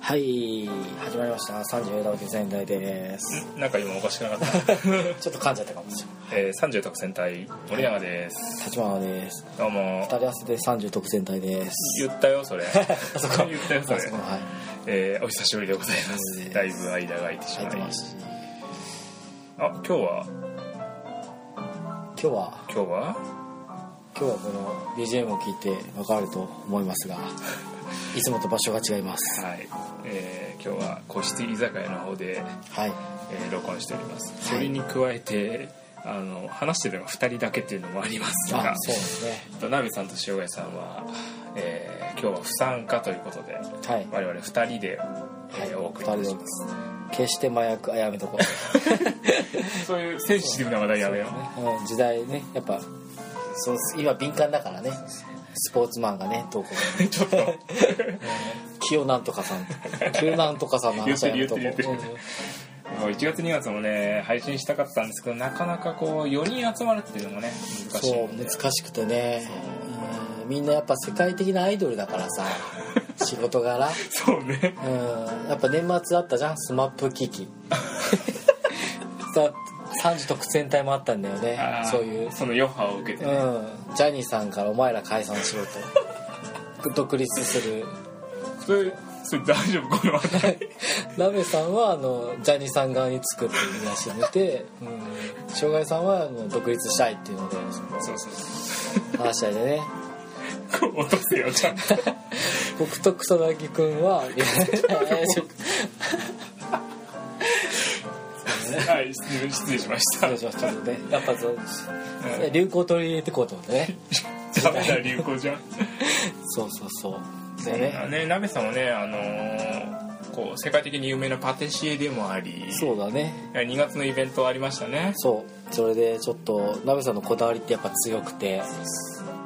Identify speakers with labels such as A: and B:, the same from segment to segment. A: はい始まりました34代目仙台です
B: なんか今おかしくなかった、
A: ちょっと噛んじゃったかもしれな
B: えー、30特選隊森永です
A: い立花です
B: どうも
A: 二人合わせで30特選隊です
B: 言ったよそれ
A: あ そこ
B: 言ったよそ
A: あ
B: れ
A: そこはい
B: えー、お久しぶりでございま
A: お久しぶりです
B: すだいぶ間が空いてし
A: 入
B: ま
A: って
B: い
A: ました
B: あ今日は
A: 今日は
B: 今日は
A: 今日はこの BGM を聞いて分かると思いますがいつもと場所が違います
B: はい、えー、今日は個室居酒屋の方で、
A: はい
B: えー録音しております
A: い
B: それに加えてあの話してるのが2人だけっていうのもあります
A: あ
B: が
A: そうですね
B: ナビさんと塩貝さんは、えー今日は不参加ということで
A: はい
B: 我々2人で、
A: は
B: え
A: い
B: ーお送
A: 二
B: り
A: 人
B: いたし
A: で
B: ます
A: 決して麻薬あやめとこう
B: そういうセンシティブな話題やめよう
A: うん時代ねやっぱそう今敏感だからねスポーツマンがねどうこう
B: ちょっと
A: 清なんとかさんと清なんとかさんの話はやめとこう
B: 言ってる言ってるもう1月2月もね配信したかったんですけどなかなかこう4人集まるっていうのもね難しい
A: そ
B: も
A: うん
B: ね
A: 難しくてねうんみんなやっぱ世界的なアイドルだから さ仕事柄
B: そうね
A: うんやっぱ年末あったじゃんスマップ危 機さ30特選 隊もあったんだよね
B: あー
A: そういう
B: その余波を受けて、ね
A: うんジャニーさんから「お前ら解散し ろ」と独立する
B: それそれ大丈夫この話題
A: ラメさんはあのジャニーさん側につくっていう話を見て、うん、障害さんはあの独立したいっていうので
B: そうそうそ
A: 話し合いでね
B: うこう落とせよちゃ んと
A: 僕と草薙君はいやちょ
B: はい失礼失礼しまし
A: 失
B: た
A: 礼しましたちょっとねやっぱそう流行を取り入れていこうと思ってね
B: ダメな流行じゃん
A: そうそうそうで
B: あ
A: ね
B: ね鍋さんもねあのーこう世界的に有名なパティシエでもあり
A: そうだね
B: 2月のイベントありましたね
A: そうそれでちょっとナベさんのこだわりってやっぱ強くて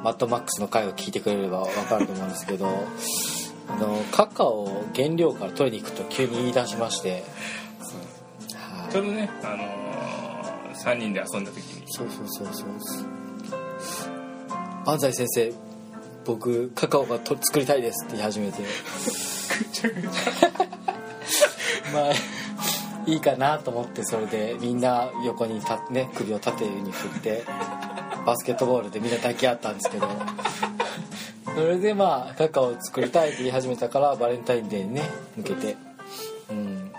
A: マッドマックスの回を聞いてくれれば分かると思うんですけど あのカカオを原料から取りに行くと急に言い出しましてはい
B: ちょうどね、あのー、3人で遊んだ時に
A: そうそうそうそう安西先生僕カカオがと作りたいですって言い始めて
B: ぐちゃぐちゃ
A: まあいいかなと思ってそれでみんな横にた、ね、首を縦に振ってバスケットボールでみんな抱き合ったんですけどそれでまあカカオを作りたいって言い始めたからバレンタインデーにね向けてうん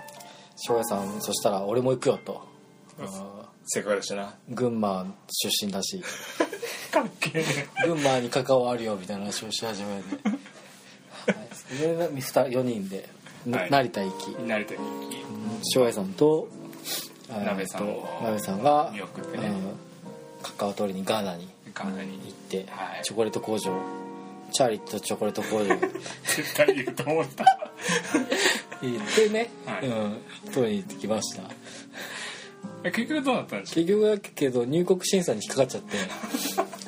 A: 翔也さんそしたら俺も行くよと
B: せっかくだしな
A: 群馬出身だし
B: かっけえ
A: 群馬にカカオあるよみたいな話をし始めて、はい、で2 4人で、な
B: はい
A: 成田行き
B: 慣れてる
A: 翔平さんと
B: 鍋さんを
A: えーと鍋さんが、
B: 見送ってね
A: うんカカオ取りにガーナに
B: かなり
A: 行って、
B: はい
A: チョコレート工場チャーリットチョコレート工場
B: 絶対言うと思った
A: 行ってね、
B: はい
A: うん、取りに行ってきました
B: え結局どうなったんでしょ
A: 結局だけど入国審査に引っかかっちゃって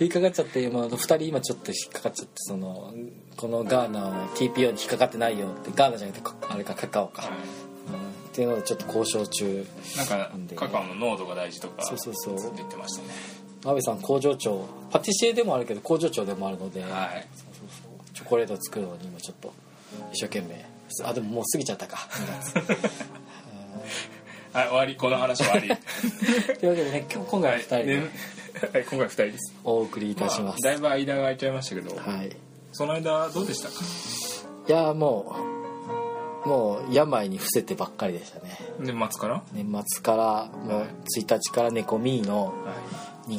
A: 引っかかっちゃって今2人今ちょっと引っかかっちゃってそのこのガーナの TPO に引っかかってないよってガーナじゃなくてかあれかカカオ
B: う
A: か、
B: は
A: うんっていうのでちょっと交渉中
B: いなんかカカオの濃度が大事とか
A: そうそうそう
B: ずっと言ってましたね
A: 阿部さん工場長パティシエでもあるけど工場長でもあるので、
B: はい
A: そうそうチョコレート作るのに今ちょっと一生懸命あでももう過ぎちゃったか2月
B: はい終わりこの話終わり
A: というわけでね今日今回は2人
B: ね
A: で
B: はい今回二人です
A: お送りいたします、
B: あだいぶ間が空いちゃいましたけど
A: はいい
B: その間どうでしたか
A: やーもうもう病に伏せてばっかりでしたね
B: 年末からは
A: 年末からもう
B: はい
A: 1日から猫ミーの
B: いはい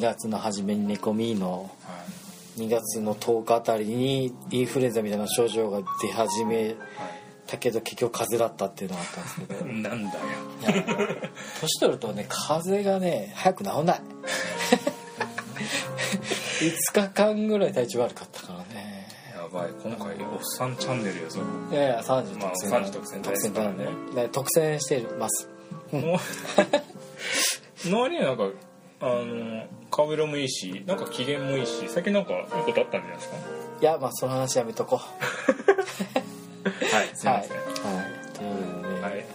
A: 2月の初めに猫ミーの2月の10日あたりにインフルエンザみたいな症状が出始めたけど結局風邪だったっていうのがあったんですけど
B: はいなんだよ
A: いや 年取るとね風邪がね早く治 んない5日間ぐらい体調悪かったからね
B: やばい今回おっさんチャンネルよそこ
A: いやいや30
B: まあ
A: 特選、
B: 30特選
A: 特選
B: です
A: だ
B: から
A: ね
B: ね
A: 特選してます
B: もうの割にはなんかあの顔色もいいしなんか機嫌もいいし最近なんかいいことあったんじゃないです
A: いやまあその話やめとこう
B: かはいすいません
A: はい、はい、ということでね、
B: はい、え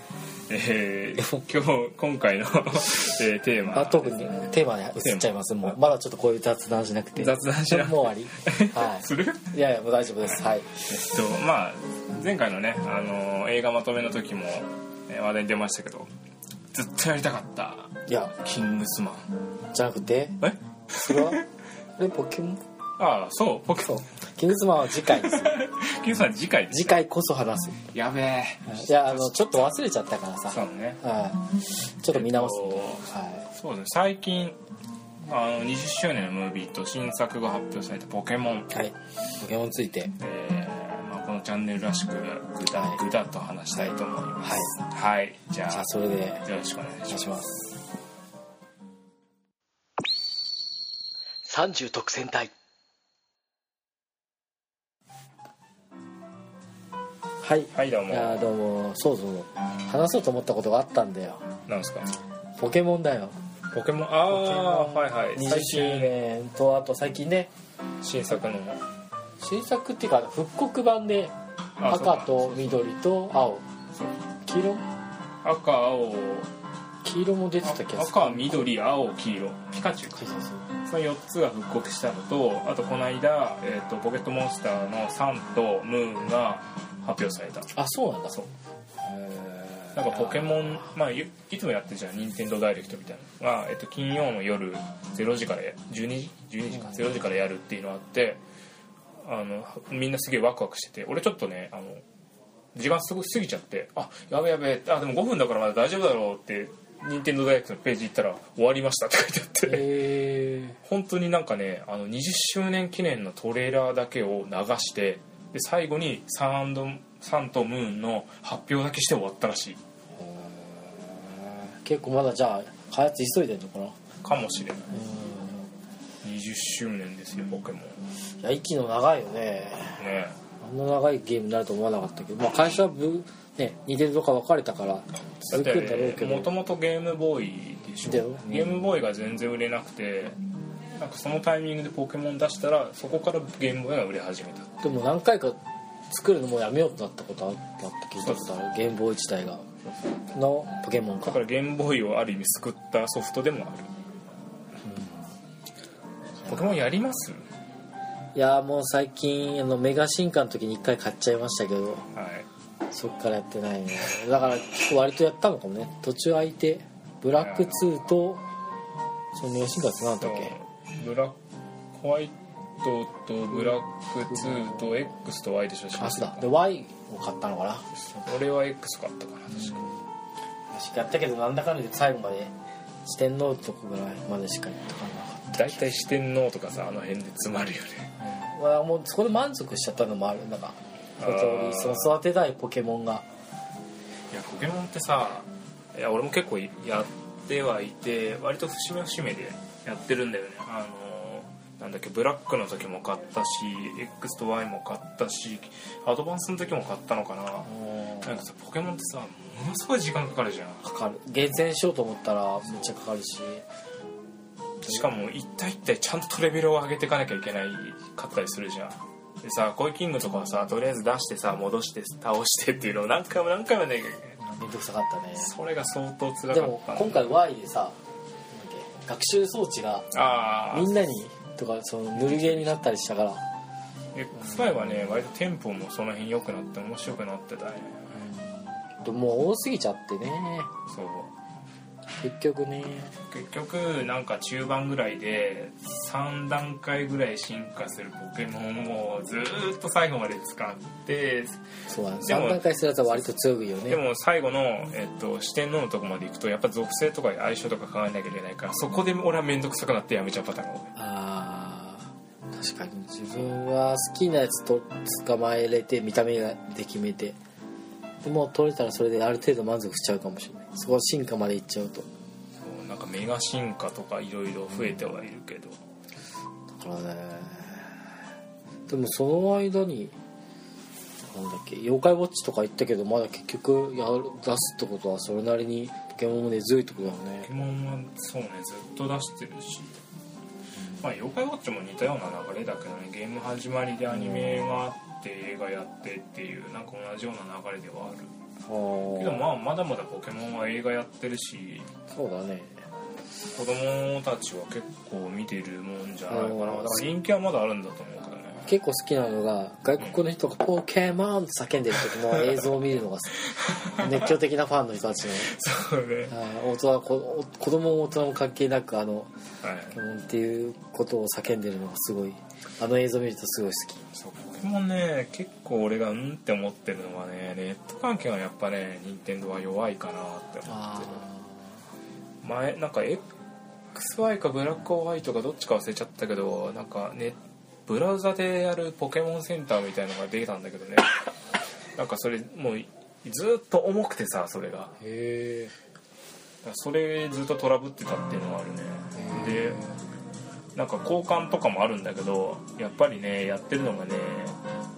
B: えー、今日今回の、 えーテーマ
A: あ特にテーマに移っちゃいますもうまだちょっとこういう雑談しなくて
B: 雑談しなくて
A: もう終わ り、は
B: する
A: い、いやいやもう大丈夫ですはい
B: えっとまあ前回のね、あのー映画まとめの時も、えー話題に出ましたけどずっとやりたかった
A: いや
B: キングスマ
A: じゃなくて
B: ンえ
A: それはあれポケモン
B: ああそうポケ
A: そうキングスマンは次回です
B: キングスマン次回で
A: 次
B: す
A: 回こそ話す
B: やべえ
A: いやあのちょっと忘れちゃったからさ
B: そうね
A: はいちょっと見直すんで、
B: えっ
A: は
B: そうですね最近あの20周年のムービーと新作が発表された「ポケモン
A: い、はい、ポケモンについて」
B: えーまあ、このチャンネルらしくぐだ
A: はい
B: ぐだと話したいと思いますはい、じゃ
A: じゃあ
B: あ
A: それで
B: よろしくお願
A: お願
B: いしま
A: い
B: す
A: します
C: 30特選隊
A: はい
B: はいどう
A: い
B: も
A: やどうもそうそう話そうと思ったことがあったんだよ
B: なんですか
A: ポケモンだよ
B: ポケモンああ
A: ポケモン
B: はいはい
A: 20
B: 最
A: 周
B: 近
A: 年とあと最近ね
B: 新作の
A: 新作っていうか復刻版で
B: あそうか
A: 赤と緑と青
B: そう
A: 黄色
B: 赤青
A: 黄色も出てた気がする
B: 赤緑青黄色ピカチュウか
A: そうそうそう
B: その4つが復刻したのとあとこの間、えー、とポケットモンスターのサンとムーンが発表された
A: あそうなんだ
B: そう
A: へー
B: なんかポケモンまあいいつもやってるじゃん任天堂ダイレクトみたいなのが、えっと、金曜の夜0時からや12時12時か
A: うん
B: 0時からやるっていうのがあってあのみんなすげえワクワクしてて俺ちょっとねあの時間すごい過ぎちゃってあやべやべあでも5分だからまだ大丈夫だろうって任天堂ダイレクトのページ行ったら終わりましたって書いてあって、
A: へ
B: 本当になんかねあの20周年記念のトレーラーだけを流してで最後にサンサンとムーンの発表だけして終わったらしい
A: ー結構まだじゃあ開発急いでんのかな
B: かもしれないう20周年ですよポケモ
A: ん
B: ン
A: いや息の長いよね
B: ね
A: あんな長いゲームになると思わなかったけどまあ会社はぶね似てるとか別れたから
B: だっ
A: 続くんだろう
B: て
A: け
B: もと
A: ど
B: もとゲームボーイでしょ
A: だよね
B: ゲームボーイが全然売れなくてなんかそのタイミングでポケモン出したらそこからゲームボーイが売れ始めた
A: でも何回か作るのもうやめようとなったことあったって聞いたことあるゲームボーイ自体がのポケモン
B: だ
A: か
B: からゲームボーイをある意味救ったソフトでもある、ポケモンやります
A: いやーもう最近あのメガ進化の時に1回買っちゃいましたけど
B: はい
A: そっからやってないねだから結構割とやったのかもね途中空いてブラック2とそのメガ進化って何だっけ
B: ブラックホワイトとブラック2と X と Y でしょ
A: あそうだで Y を買ったのかな
B: 俺は X 買ったかな確か
A: 確かやったけどなんだかんだで最後まで四天王とかぐらいまでしかやったか
B: 大体四天王とかさあの辺で詰まるよね
A: な、まあ、もうそこで満足しちゃったのもあるんだか
B: あ
A: 一通
B: ー
A: りその育てたいポケモンが
B: いやポケモンってさいや俺も結構やってはいて割と節目節目でやってるんだよねあのなんだっけブラックの時も買ったし X と Y も買ったしアドバンスの時も買ったのかななんかさポケモンってさものすごい時間かかるじゃん
A: かかる厳選しようと思ったらめっちゃかかるし
B: しかも一体一体ちゃんとレベルを上げていかなきゃいけないかったりするじゃんでさコイキングとかはさとりあえず出してさ戻して倒してっていうのを何回も何回もやんなきゃいけない
A: めんどくさかったね
B: それが相当辛
A: で
B: かっ
A: も
B: た
A: 今回 Y でさなんだっけ学習装置が
B: ああ
A: みんなにとかその塗り絵になったりしたから、
B: X5 はね割とテンポもその辺良くなって面白くなってたね
A: でももう多すぎちゃってね
B: そう
A: 結局ね
B: 結局なんか中盤ぐらいで3段階ぐらい進化するポケモンをずーっと最後まで使って
A: そうなんです
B: でも
A: 3段階するやつは割と強いよね
B: でも最後の、えっと、四天王のとこまで行くとやっぱ属性とか相性とか考えなきゃいけないからそこで俺は面倒くさくなってやめちゃうパターンが多い
A: あー確かに自分は好きなやつと捕まえれて見た目で決めてでもう取れたらそれである程度満足しちゃうかもしれないそこ進化までいっちゃうと
B: そうなんかメガ進化とかいろいろ増えてはいるけど
A: だからねでもその間になんだっけ妖怪ウォッチとか行ったけどまだ結局やる出すってことはそれなりにポケモンも根強いってことだもん
B: ポ
A: ね
B: ケモンはそうねずっと出してるしまあ妖怪ウォッチも似たような流れだけどねゲーム始まりでアニメがあって映画はやってっていうなんか同じような流れではある
A: お
B: けどまあまだまだポケモンは映画やってるし
A: そうだね
B: 子供たちは結構見てるもんじゃないかな
A: おー
B: だから人気はまだあるんだと思うけどね
A: 結構好きなのが外国の人が「ポケモン!」って叫んでる時の映像を見るのが好き熱狂的なファンの人たち の
B: そうね
A: あー大人こ子供も大人も関係なくあの
B: はい
A: ポケモンっていうことを叫んでるのがすごいあの映像見るとすごい好き
B: そうポケモンね結構俺がうんって思ってるのはねネット関係はやっぱね任天堂は弱いかなって思ってる前なんか XY かブラックオワイトかどっちか忘れちゃったけどなんかねブラウザでやるポケモンセンターみたいのが出たんだけどねなんかそれもういずっと重くてさそれが
A: へえ
B: だからそれずっとトラブってたっていうのがあるねでなんか交換とかもあるんだけどやっぱりねやってるのがね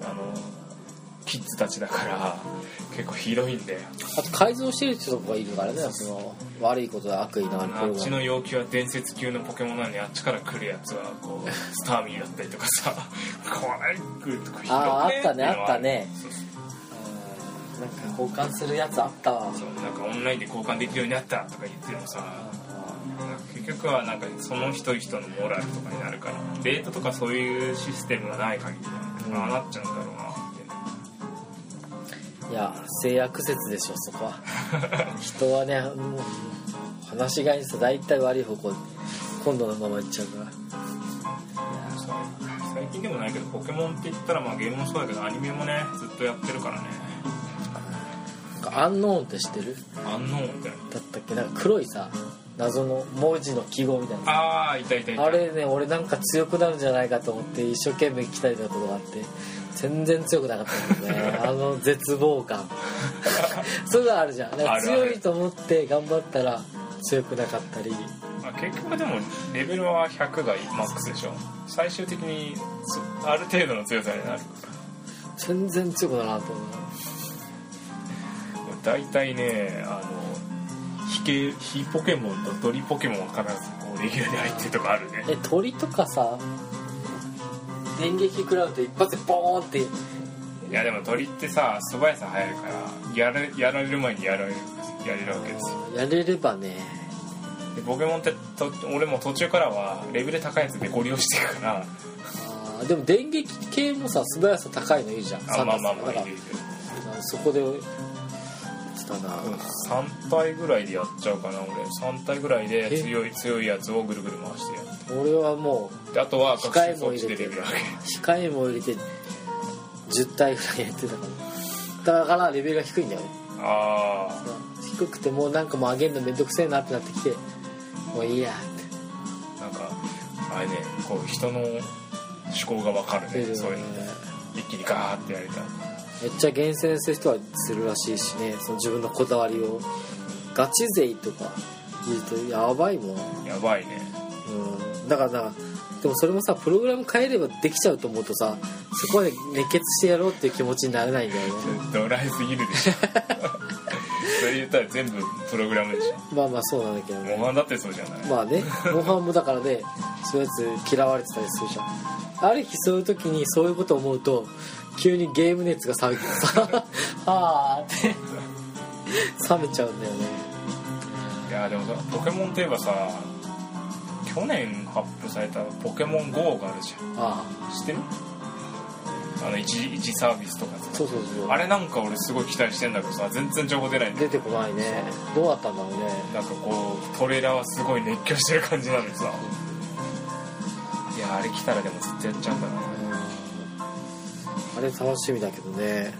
B: あのキッズたちだから結構ひどいんだよ
A: あと改造してる人とかいるからねその悪いことで悪意のあるプ
B: あ
A: ロ
B: っ
A: グラ
B: ち
A: ム
B: の要求は伝説級のポケモンなのにあっちから来るやつはこ うスターミーだったりとかさ 怖い来るとか
A: あーあったね
B: っていうのはる
A: あったね
B: そうそ
A: あーなんか交換するやつあったわ
B: うそうなんかオンラインで交換できるようになったとか言ってもさなんか結局はなんかその人人のモラルとかになるからデータとかそういうシステムがない限り
A: うん
B: はああなっちゃうんだろうなってね
A: いや制約説でしょそこ は人はねもう話し飼いにさ大体悪い方向今度のままいっちゃうから
B: そう最近でもないけどポケモンって言ったらまあゲームもそうだけどアニメもねずっとやってるからね
A: なんかアンノーンって知ってる
B: アンノーンみたいな
A: だったっけなんか黒いさ謎の文字の記号みたいな
B: ああいたいたいた
A: あれね俺なんか強くなるんじゃないかと思って一生懸命鍛えたところがあって全然強くなかったんだ よねあの絶望感そういうのあるじゃんなんか
B: あるある
A: 強いと思って頑張ったら強くなかったり
B: まあ、結局でもレベルは100がマックスでしょ最終的にそある程度の強さになる
A: 全然強くならんと思う
B: 大体ねあの非系非ポケモンと鳥ポケモンは必ずこうレギュラーで入ってるとかあるね
A: え鳥とかさ電撃食らうと一発でボーンって
B: いやでも鳥ってさ素早さ早いからやるやられる前にやられるやれるわけですよ
A: やれればね
B: でポケモンってと俺も途中からはレベル高いやつでゴリ押していくから
A: あーでも電撃系もさ素早さ高いのいいじゃん
B: あまあまあま
A: サンタ
B: あ
A: さん
B: いいけど
A: だからそこでしたな、
B: 3体ぐらいでやっちゃうかな俺3体ぐらいで強い強いやつをぐるぐる回してやる
A: 俺はも
B: であとは
A: 控
B: 学習
A: え
B: 装
A: も
B: 置
A: 入
B: で
A: れて
B: レベル上げ
A: う控えも入れて10体ぐらいやってたからだからレベルが低いんだよね
B: あ
A: 低くてもうなんかもう上げるのめんどくせえなってなってきてもういいやって
B: あなんかあれねこう人の思考が分かる
A: 出
B: ね
A: る
B: そ
A: よ
B: う
A: ね
B: いうの一気にガーってやりたい
A: めっちゃ厳選する人はするらしいしねその自分のこだわりをガチ勢とか言うとやばいもん、
B: やばいね
A: うん、だからなでもそれもさプログラム変えればできちゃうと思うとさそこまで熱血してやろうっていう気持ちになれないんだよね
B: ドライすぎるでし ょそれ言ったら全部プログラムでしょ
A: まあまあそうなんだけどね
B: 模範だってそうじゃない、
A: まあねモンハンもだからねそういうやつ嫌われてたりするじゃんある日そういう時にそういうことを思うと急にゲーム熱が冷めてさ はあって冷めちゃうんだよね
B: いやでもさポケモンといえばさ去年発表された「ポケモン GO」があるじゃん
A: ああ
B: 知ってるあの一時一時サービスとかさ
A: そうそうそう
B: あれなんか俺すごい期待してんだけどさ全然情報出ないんだよ
A: 出てこないねどうだったんだろうね
B: なんかこうトレーラーはすごい熱狂してる感じなんでさいやあれ来たらでもずっとやっちゃうんだろうな
A: あれ楽しみだけどね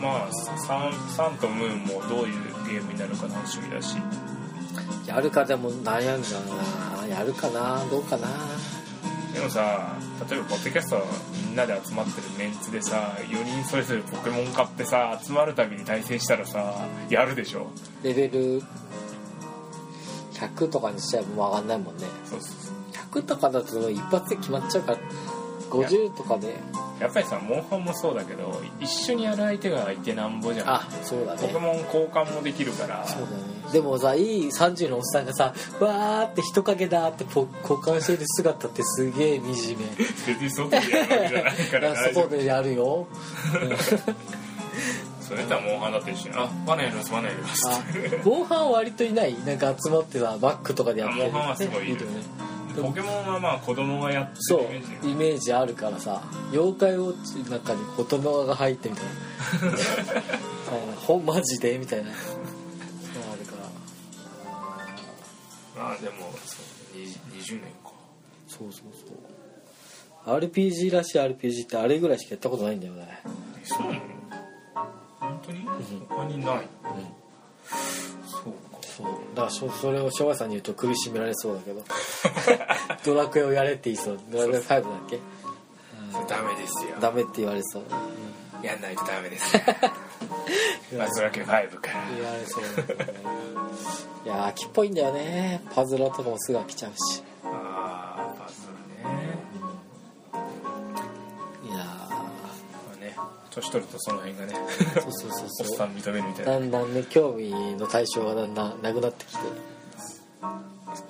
B: まあサンサンとムーンもどういうゲームになるか楽しみだし
A: やるかでも悩んだなやるかなどうかな
B: でもさ例えばポッドキャストみんなで集まってるメンツでさ4人それぞれポケモン買ってさ集まるたびに対戦したらさやるでしょ
A: レベル100とかにしちゃえばもう上がんないもんね
B: そうそうそう
A: 100とかだと一発で決まっちゃうから50とかで
B: やっぱりさモンハンもそうだけど一緒にやる相手が相手なんぼじゃん
A: あそうだ
B: ポケ
A: ね
B: モン交換もできるから
A: そうだねでもさいい30のおっさんがさわーって人影だーってポ交換してる姿ってすげえ惨め
B: 別に外でやるわけじゃないから大
A: そ
B: 丈
A: こ
B: 夫
A: でやるよ
B: それとはモンハンだって一緒にあマネーですマネーです
A: あモンハンは割といないなんか集まってさバックとかでやってる
B: あモンハンはすごいいる
A: よね
B: ポケモンはまあ子供がやって
A: そ
B: るイメージ
A: うイメージあるからさ妖怪ウォッチの中に大人が入ってみたいなはいほんマジでみたいなそうあるから
B: まあでもそうに20年か
A: そうそうそう RPG らしい RPG ってあれぐらいしかやったことないんだよね
B: そうなの本当に他にない、そうか
A: そうだからしょそれを昭和さんに言うと苦しめられそうだ けどドラクエをやれって言いそうドラクエ5だっけ
B: それダメですよ
A: ダメって言われそう
B: やんないとダメで すよ
A: 言わ
B: マ
A: れそ
B: ズ
A: う
B: ラケ5から
A: 言われそうだけどねいやー飽きっぽいんだよねパズラとかもすぐ飽きちゃうし
B: ああパズルね
A: いや
B: まあね年取るとその辺がね
A: ーそうそう
B: お
A: そ
B: っ
A: う
B: さ
A: そうん
B: 認めるみたいな
A: だんだんね興味の対象がだんだんなくなってきて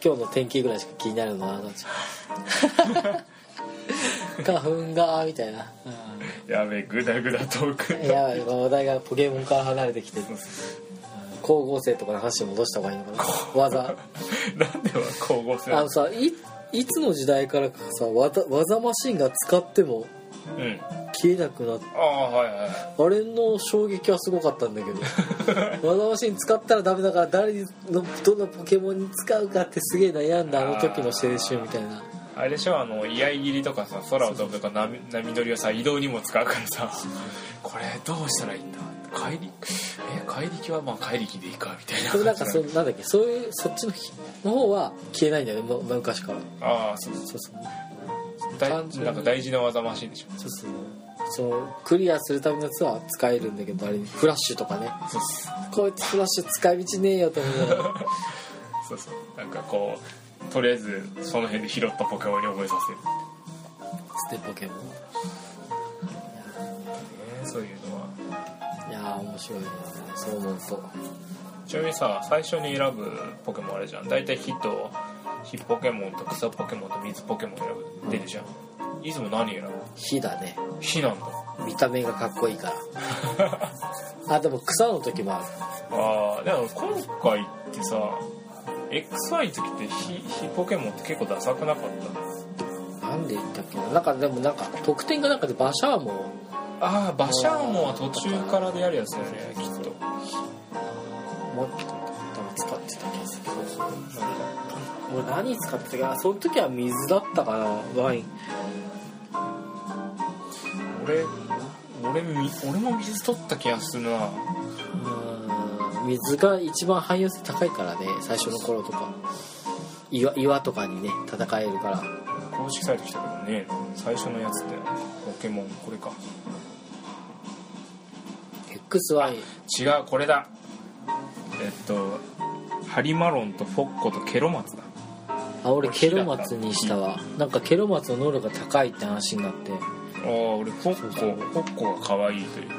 A: 今日の天気ぐらいしか気になるのはなくなっちゃう花粉がみたいな、
B: やべえグダグダトーク
A: うん、いや話題がポケモンから離れてきてる、うん光合成とかの話に戻した方がいいのかな技
B: なんでは光合成
A: あのさいいつの時代からかさ技技マシンが使っても
B: うん
A: 消えなくなって
B: ああはいはい
A: あれの衝撃はすごかったんだけど 技マシン使ったらダメだから誰のどのポケモンに使うかってすげえ悩んだあの時の青春みたいな
B: あれでしょあの居合切りとかさ空を飛ぶとか波波乗りをさ移動にも使うからさこれどうしたらいいんだ怪力え怪力はまあ怪力でいいかみたいな
A: でもなんか
B: 感じ
A: そなんだっけそういうそっちの日の方は消えないんだよねむ昔から
B: ああそうそう
A: そうそう
B: 大
A: 単純に
B: なんか大事な技マシンでしょ
A: そうそうそのクリアするためのやつは使えるんだけどあれフラッシュとかね
B: そうそ
A: こいつフラッシュ使い道ねえよと思いながら
B: うそうなんかこうとりあえずその辺で拾ったポケモンに覚えさせる
A: 捨てポケモン
B: ねそういうのはい
A: やー面白いなそう思うと
B: ちなみにさ最初に選ぶポケモンあれじゃん大体火と火ポケモンと草ポケモンと水ポケモン選ぶ出るじゃん、いつも何選ぶ
A: 火だね
B: 火なんだ
A: 見た目がかっこいいからあでも草の時もある
B: ああでも今回ってさ XY の時って火火ポケモンって結構ダサくなかった
A: なんで言ったっけななんかでもなんか得点がなんかでバシャーも
B: ああバシャーモンは途中からでやるやつだよねきっと
A: もっと多分使ってた気がするけど俺何使ってたっけなその時は水だったかなワイン
B: 俺俺み俺も水取った気がするな
A: うーん水が一番汎用性高いからね最初の頃とか岩岩とかにね戦えるから
B: 公式サイト来たけどね最初のやつってポケモンこれか
A: X ワイン
B: 違うこれだえっとハリマロンとフォッコとケロマツだ
A: あ俺ケロマツにしたわなんかケロマツの能力が高いって話になって
B: ああ俺フォッ
A: そう
B: コフォッコが可愛いというこ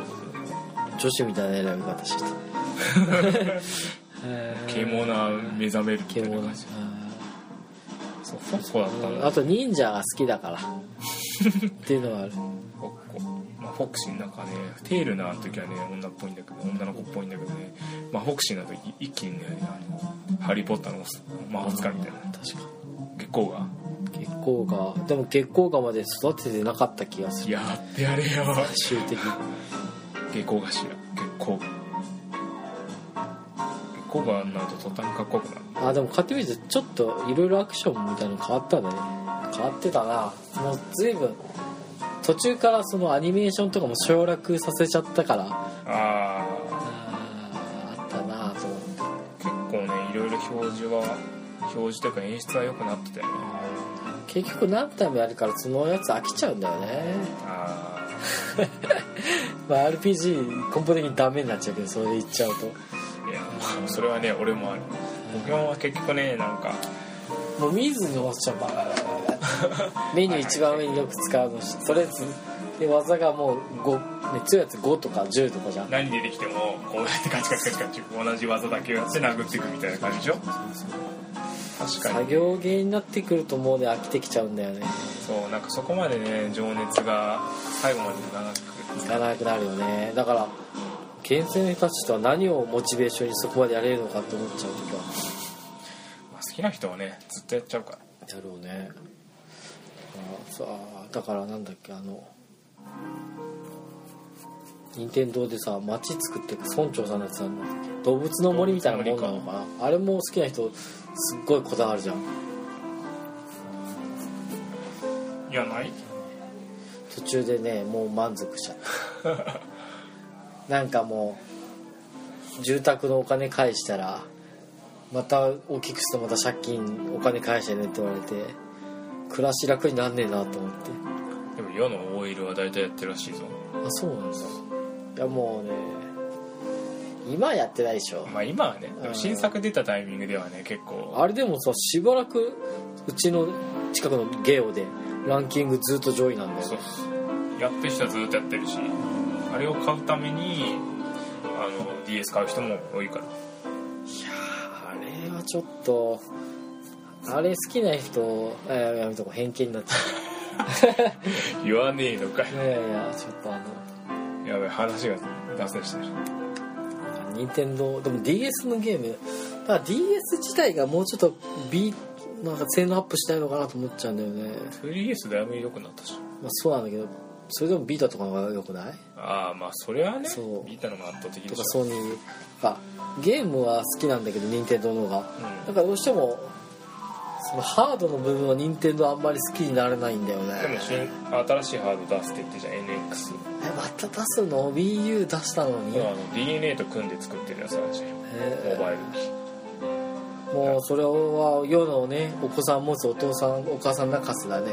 B: とで
A: 女子みたいな選び方 してた
B: 獣目覚めるみたいな
A: 獣
B: 感じそうフォッコだったん
A: うん
B: だ
A: あと忍者が好きだからっていうのはある
B: フォッコ、まあ、フォクシーなんかねテールな時はね女っぽいんだけど女の子っぽいんだけどね、まあ、フォクシーな時一気にねあのハリー・ポッターの魔法使いみたいな
A: 確か
B: 月光が
A: 月光がでも月光がまで育ててなかった気がする
B: やってやれよ
A: 最終的に
B: 下校がしら下校下校があんなると途端にかっこよくなる
A: あでも買ってみるとちょっといろいろアクションみたいなの変わったね変わってたなもう随分途中からそのアニメーションとかも省略させちゃったから
B: あ
A: あーあったなと思って
B: ー結構ねいろいろ表示は表示というか演出は良くなってたよね
A: 結局何回もやるからそのやつ飽きちゃうんだよね、
B: あ
A: まあ、RPG 根本的にダメになっちゃうけどそれでいっちゃうと
B: あいやまあそれはね俺もあるポケモンは結局ねなんか
A: もう見ずに終わっちゃうバラバラバラメニュー一番上によく使うのしそれつで技がもう5、ね、強いやつ5とか10とかじゃん
B: 何出てきてもこうやってカチカチカチカチ同じ技だけやって殴っていくみたいな感じでしょ確か
A: 作
B: に
A: 業芸になってくるともうね飽きてきちゃうんだよね
B: そうなんかそこまでね情熱が最後までいかなく
A: いかなくなるよねだから厳選の人たちとは何をモチベーションにそこまでやれるのかって思っちゃう時は
B: まあ好きな人はねずっとやっちゃうから
A: やろうねあそうあだからなんだっけあの任天堂でさ町作ってく村長さんのやつなんだっけ動物の森みたいなもんなのかなあれも好きな人すっごいこだわるじゃん
B: いやない
A: 途中でねもう満足しちゃった なんかもう住宅のお金返したらまた大きくしてまた借金お金返してねって言われて暮らし楽になんねえなと思って
B: でも世の OL は大体やってるらしいぞ
A: あそうなんだいやもうね今はやってないでしょ
B: まあ今はねでも新作出たタイミングではね結構
A: あれでもさしばらくうちの近くのゲオでランキングずっと上位なんだよ
B: そう
A: ね
B: やってる人はずっとやってるしあれを買うためにあの DS 買う人も多いから
A: あれはちょっとあれ好きな人あやめやめとこう偏見になっちゃ
B: 言わねえのかい う
A: いやいやいやちょっとあ
B: やべえ話が脱線してる
A: の任天堂でも DS のゲームだから DS 自体がもうちょっと B なんか性能アップしたいのかなと思っちゃうんだよね
B: 3DS だいぶ良くなったし
A: まあそうなんだけどそれでもビータとかの方が良くない
B: ああまあそれはね
A: そう
B: 見たのが圧倒的
A: と
B: でし
A: か
B: ょ
A: ソニーがゲームは好きなんだけど任天堂の方がだからどうしてもそのハードの部分は任天堂あんまり好きになれないんだよね
B: うん、でも新新しいハード出すって言ってじゃん NX
A: えまた出すの WiiU 出したのに、
B: あの DNA と組んで作ってるやつあるじゃん
A: え
B: モバイル
A: ーもうそれは世のねお子さん持つお父さんお母さん泣かせだね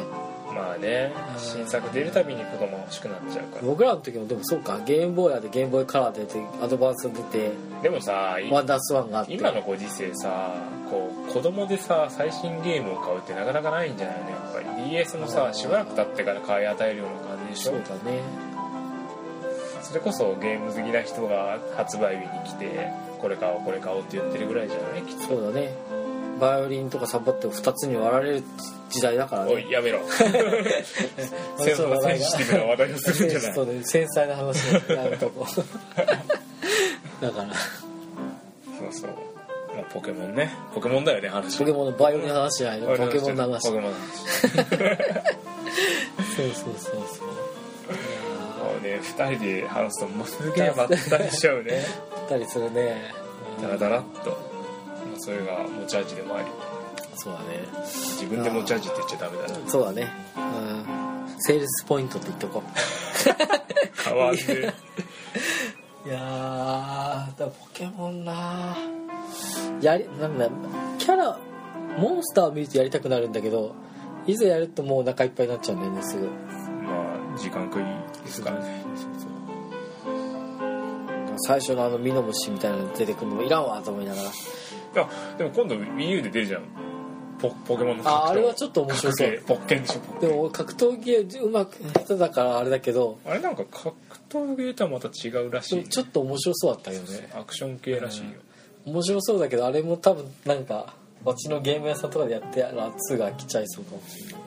B: まあね
A: うん
B: 新作出るたびに子供欲しくなっちゃうか
A: 僕らの時もでもそうかゲームボーイやでゲームボーイカラー出てアドバンス出て
B: らでもさい
A: ワンダースワンがあって
B: 今のご時世さこう子供でさ最新ゲームを買うってなかなかないんじゃないのやっぱり DS も
A: う
B: さ
A: ん
B: しばらく経ってから買い与えるような感じでし
A: そ
B: ょ
A: うだね
B: それこそゲーム好きな人が発売日に来てこれ買おうこれ買おうって言ってるぐらいじゃないきっと
A: そうだねバイオリンとかサボって2つに割られる時代だからね
B: おい やめろセンセンシティブな話題をするんじゃない
A: そうね繊細な話になるとこ だから
B: そうそう、まあ、ポケモンねポケモンだよね話
A: ポケモンのバイオリンの話じゃないのポケモンの話
B: ポ
A: そう
B: ケモンの話
A: そうそうそう
B: もうね2人で話すともうすげえまったりしちゃうね
A: あったりするね
B: ダラダラっと、まあ、それが持ち味でもあり
A: そうだね
B: 自分で持ち味って言っちゃダメだな
A: そうだねうんセールスポイントって言っとこ
B: 変わんねえ
A: ういやーだポケモンなやりなんだキャラモンスターを見るとやりたくなるんだけどいざやるともうお腹いっぱいになっちゃうんだよねすぐ
B: まあ時間食いですからね
A: 最初のあのミノムシみたいなの出てくるのもいらんわと思いながら
B: いやでも今度 WiiU で出るじゃんポポケモンの格闘
A: ああれはちょっと面白そう
B: 格闘ポッケンでしょポッケ
A: で
B: ン
A: も俺格闘技うまく下手だからあれだけど
B: あれなんか格闘技とはまた違うらし
A: で
B: い、
A: もちょっと面白そうだったけどね
B: アクション系らしいよ、
A: 面白そうだけどあれも多分なんか街のゲーム屋さんとかでやって夏が来ちゃいそうかもしれない
B: いや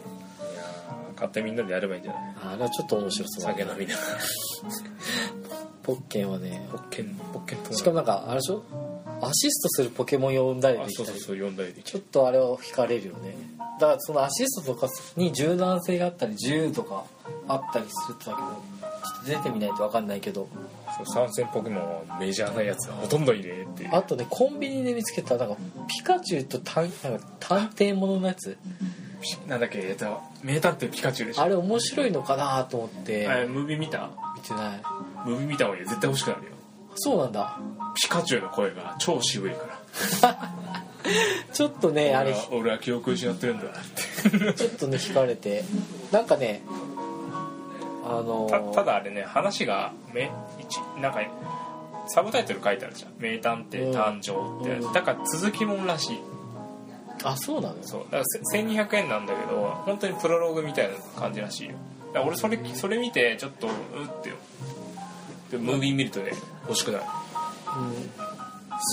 B: ー買ってみんなでやればいいんじゃない
A: あれはちょっと面白そうだ
B: 酒
A: ね
B: 飲みながら
A: ポッケンはね
B: ポッケンポッケンと
A: しかもなんかあれでしょアシストするポケモン呼んだり
B: あ
A: で
B: そ
A: き
B: う
A: た
B: そう
A: り
B: そう4台で
A: ちょっとあれは惹かれるよねだからそのアシストとかに柔軟性があったり自由とかあったりするってだけどちょっと出てみないと分かんないけど
B: そう参戦ポケモンはメジャーなやつはほとんどいねえっていう
A: あとねコンビニで見つけたなんかピカチュウと探なんか探偵もののやつ
B: ピなんだっけえっと名探偵ピカチュウでしょ
A: あれ面白いのかなと思って
B: あれムービー見た
A: 見てない
B: ムービー見た方がいいよ絶対欲しくなるよ
A: そうなんだ
B: ピカチュウの声が超渋いから
A: ちょっとねあれ
B: 俺は俺は記憶失ってるんだなって
A: ちょっとね惹かれてなんかねあの
B: た
A: ー
B: ただあれね話がめ一なんかサブタイトル書いてあるじゃん「名探偵誕生」ってやつ、
A: うん
B: だから続きもんらしい
A: あそうなの
B: そうだからせ1200円なんだけど本当にプロローグみたいな感じらしいよだから俺それそれ見てちょっとうってよでムービー見るとね欲しくなる
A: うん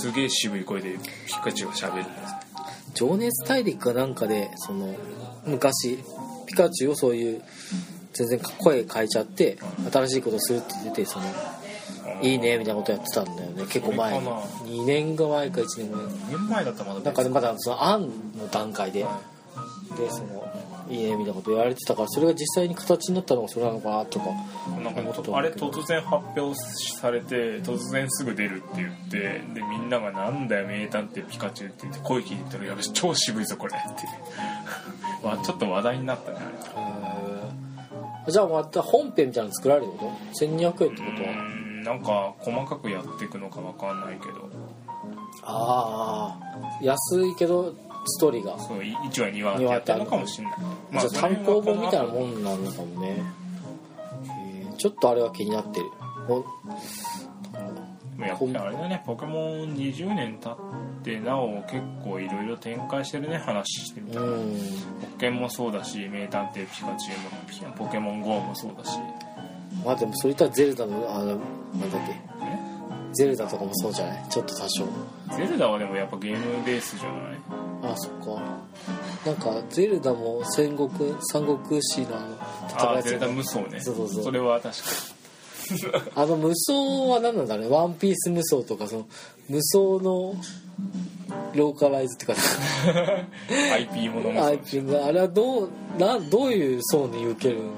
B: すげえ渋い声でピカチュウが喋るんです
A: 情熱大陸かなんかでその昔ピカチュウをそういう全然声変えちゃって新しいことするって出てその「いいね」みたいなことやってたんだよね結構前に
B: それか
A: 2年ぐ前か1年前
B: 2年前だったらまだ
A: なんかね
B: 別
A: まだその案の段階で
B: は
A: でその「いいね」みたいなことやられてたからそれが実際に形になったのがそれなのかなとか
B: なんか
A: 思ったんだけど
B: あれ突然発表されて突然すぐ出るって言ってでみんなが「なんだよ名探偵ピカチュウ」って言って声聞いたら「やべ超渋いぞこれ」っ てわちょっと話題になったねあ
A: へーじゃあまた本編みたいなの作られるってこと1200円ってこと
B: れうー
A: は
B: んなんか細かくやっていくのかわかんないけど
A: ああ安いけどストーリーが
B: そうい1話2話ってやってるのかもしんない、ま
A: じゃあ単行本みたいな
B: も
A: もんなのかもねへーちょっとあれは気になってるお
B: やっぱりあれだねポケモン20年経ってなお結構いろいろ展開してるね話してみた
A: う
B: ら
A: ん
B: ポケモンもそうだし名探偵ピカチュウもピカポケモン GO もそうだし
A: まあでもそれ言ったらゼルダのあのなんだっけゼルダとかもそうじゃないちょっと多少
B: ゼルダはでもやっぱゲームベースじゃない
A: あそっかなんかゼルダも戦国三国志のあ
B: あ
A: の
B: ーゼ
A: 戦い
B: ル
A: や
B: ダ無双ね
A: そうそうそう
B: れは確か
A: つあの無双は何なんだろうねワンピース無双とかその無双のローカライズっていうか
B: に IP ものも
A: あ
B: そ
A: いう
B: だし
A: つあれはどうなどういう層に受けるの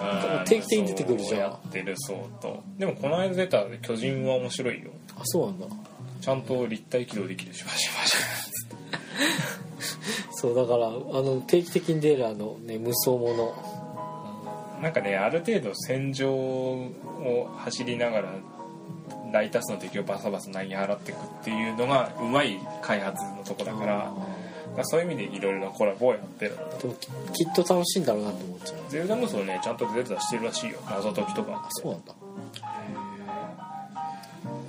B: あー
A: 定期的に出てくるじゃん
B: 無双をやってるそうとでもこの間出た巨人は面白いよ
A: あそうなんだ
B: ちゃんと立体起動できるしバシバシ
A: そうだからあの定期的に出るあの、ね、無双もの
B: なんかねある程度戦場を走りながら大多数の敵をバサバサ投げ払っていくっていうのがうまい開発のとこだからだからそういう意味でいろいろなコラボをやってるんだ
A: で
B: と
A: もききっと楽しいんだろうなと思っちゃう
B: ゼルダ無双ねちゃんとゼルダしてるらしいよ謎解きとか
A: あそうなんだ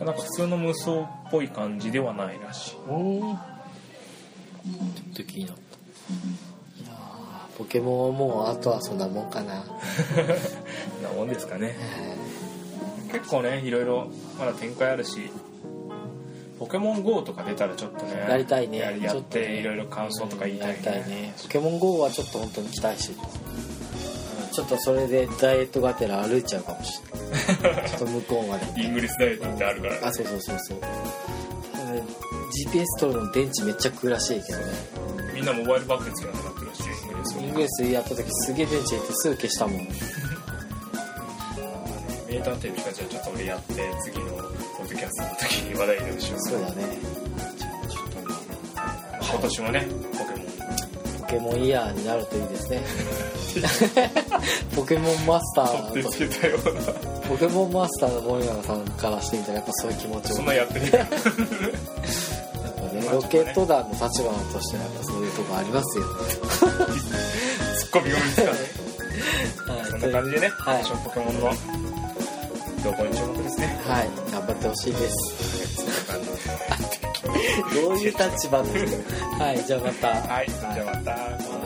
B: なんか普通の無双っぽい感じではないらしい
A: うんちょっと気になったいやーポケモンはもうあとはそんなもんかな、
B: なもんですかね
A: え
B: 結構ねいろいろまだ展開あるしポケモン GO とか出たらちょっとね
A: やりたいね
B: やりやっ
A: ちょっと
B: て
A: ね
B: いろいろ感想とか言い
A: ー
B: た
A: や
B: い
A: り
B: ね
A: たいねポケモン GO はちょっと本当に期待してるうんちょっとそれでダイエットがてら歩いちゃうかもしれないちょっと向こうまで
B: イングリスダイエットってあるから
A: あそうそうそうそううん GPS 取るの電池めっちゃ食うらしいけどね
B: みんなモバイルバッテリーつけなくなってるし
A: イングレスやった時すげえ電池入れてすぐ消したもん
B: 名探偵ピカチュウちょっと俺やって次のポッドキャストの時に話題にでもしよ
A: そうだね
B: うちょっと今年もねポケモン
A: ポケモンイヤーになるといいです ねポケモンマスタ
B: 取っ
A: ー
B: てつけたような
A: ポケモンマスターの森永さんからしてみたらやっぱそういう気持ち
B: そ
A: も
B: ん
A: やっ
B: なやってね
A: ぱねロケット団の立場としてはやっぱそういうとこありますよ、
B: ツッコミが見つかね
A: はい、
B: そんな感じでね、
A: はい、
B: 今年のポケモンの動向に注目ですね。
A: はい、頑張ってほしい ですどういう立場のはいじゃあまた
B: はい、じゃあまた。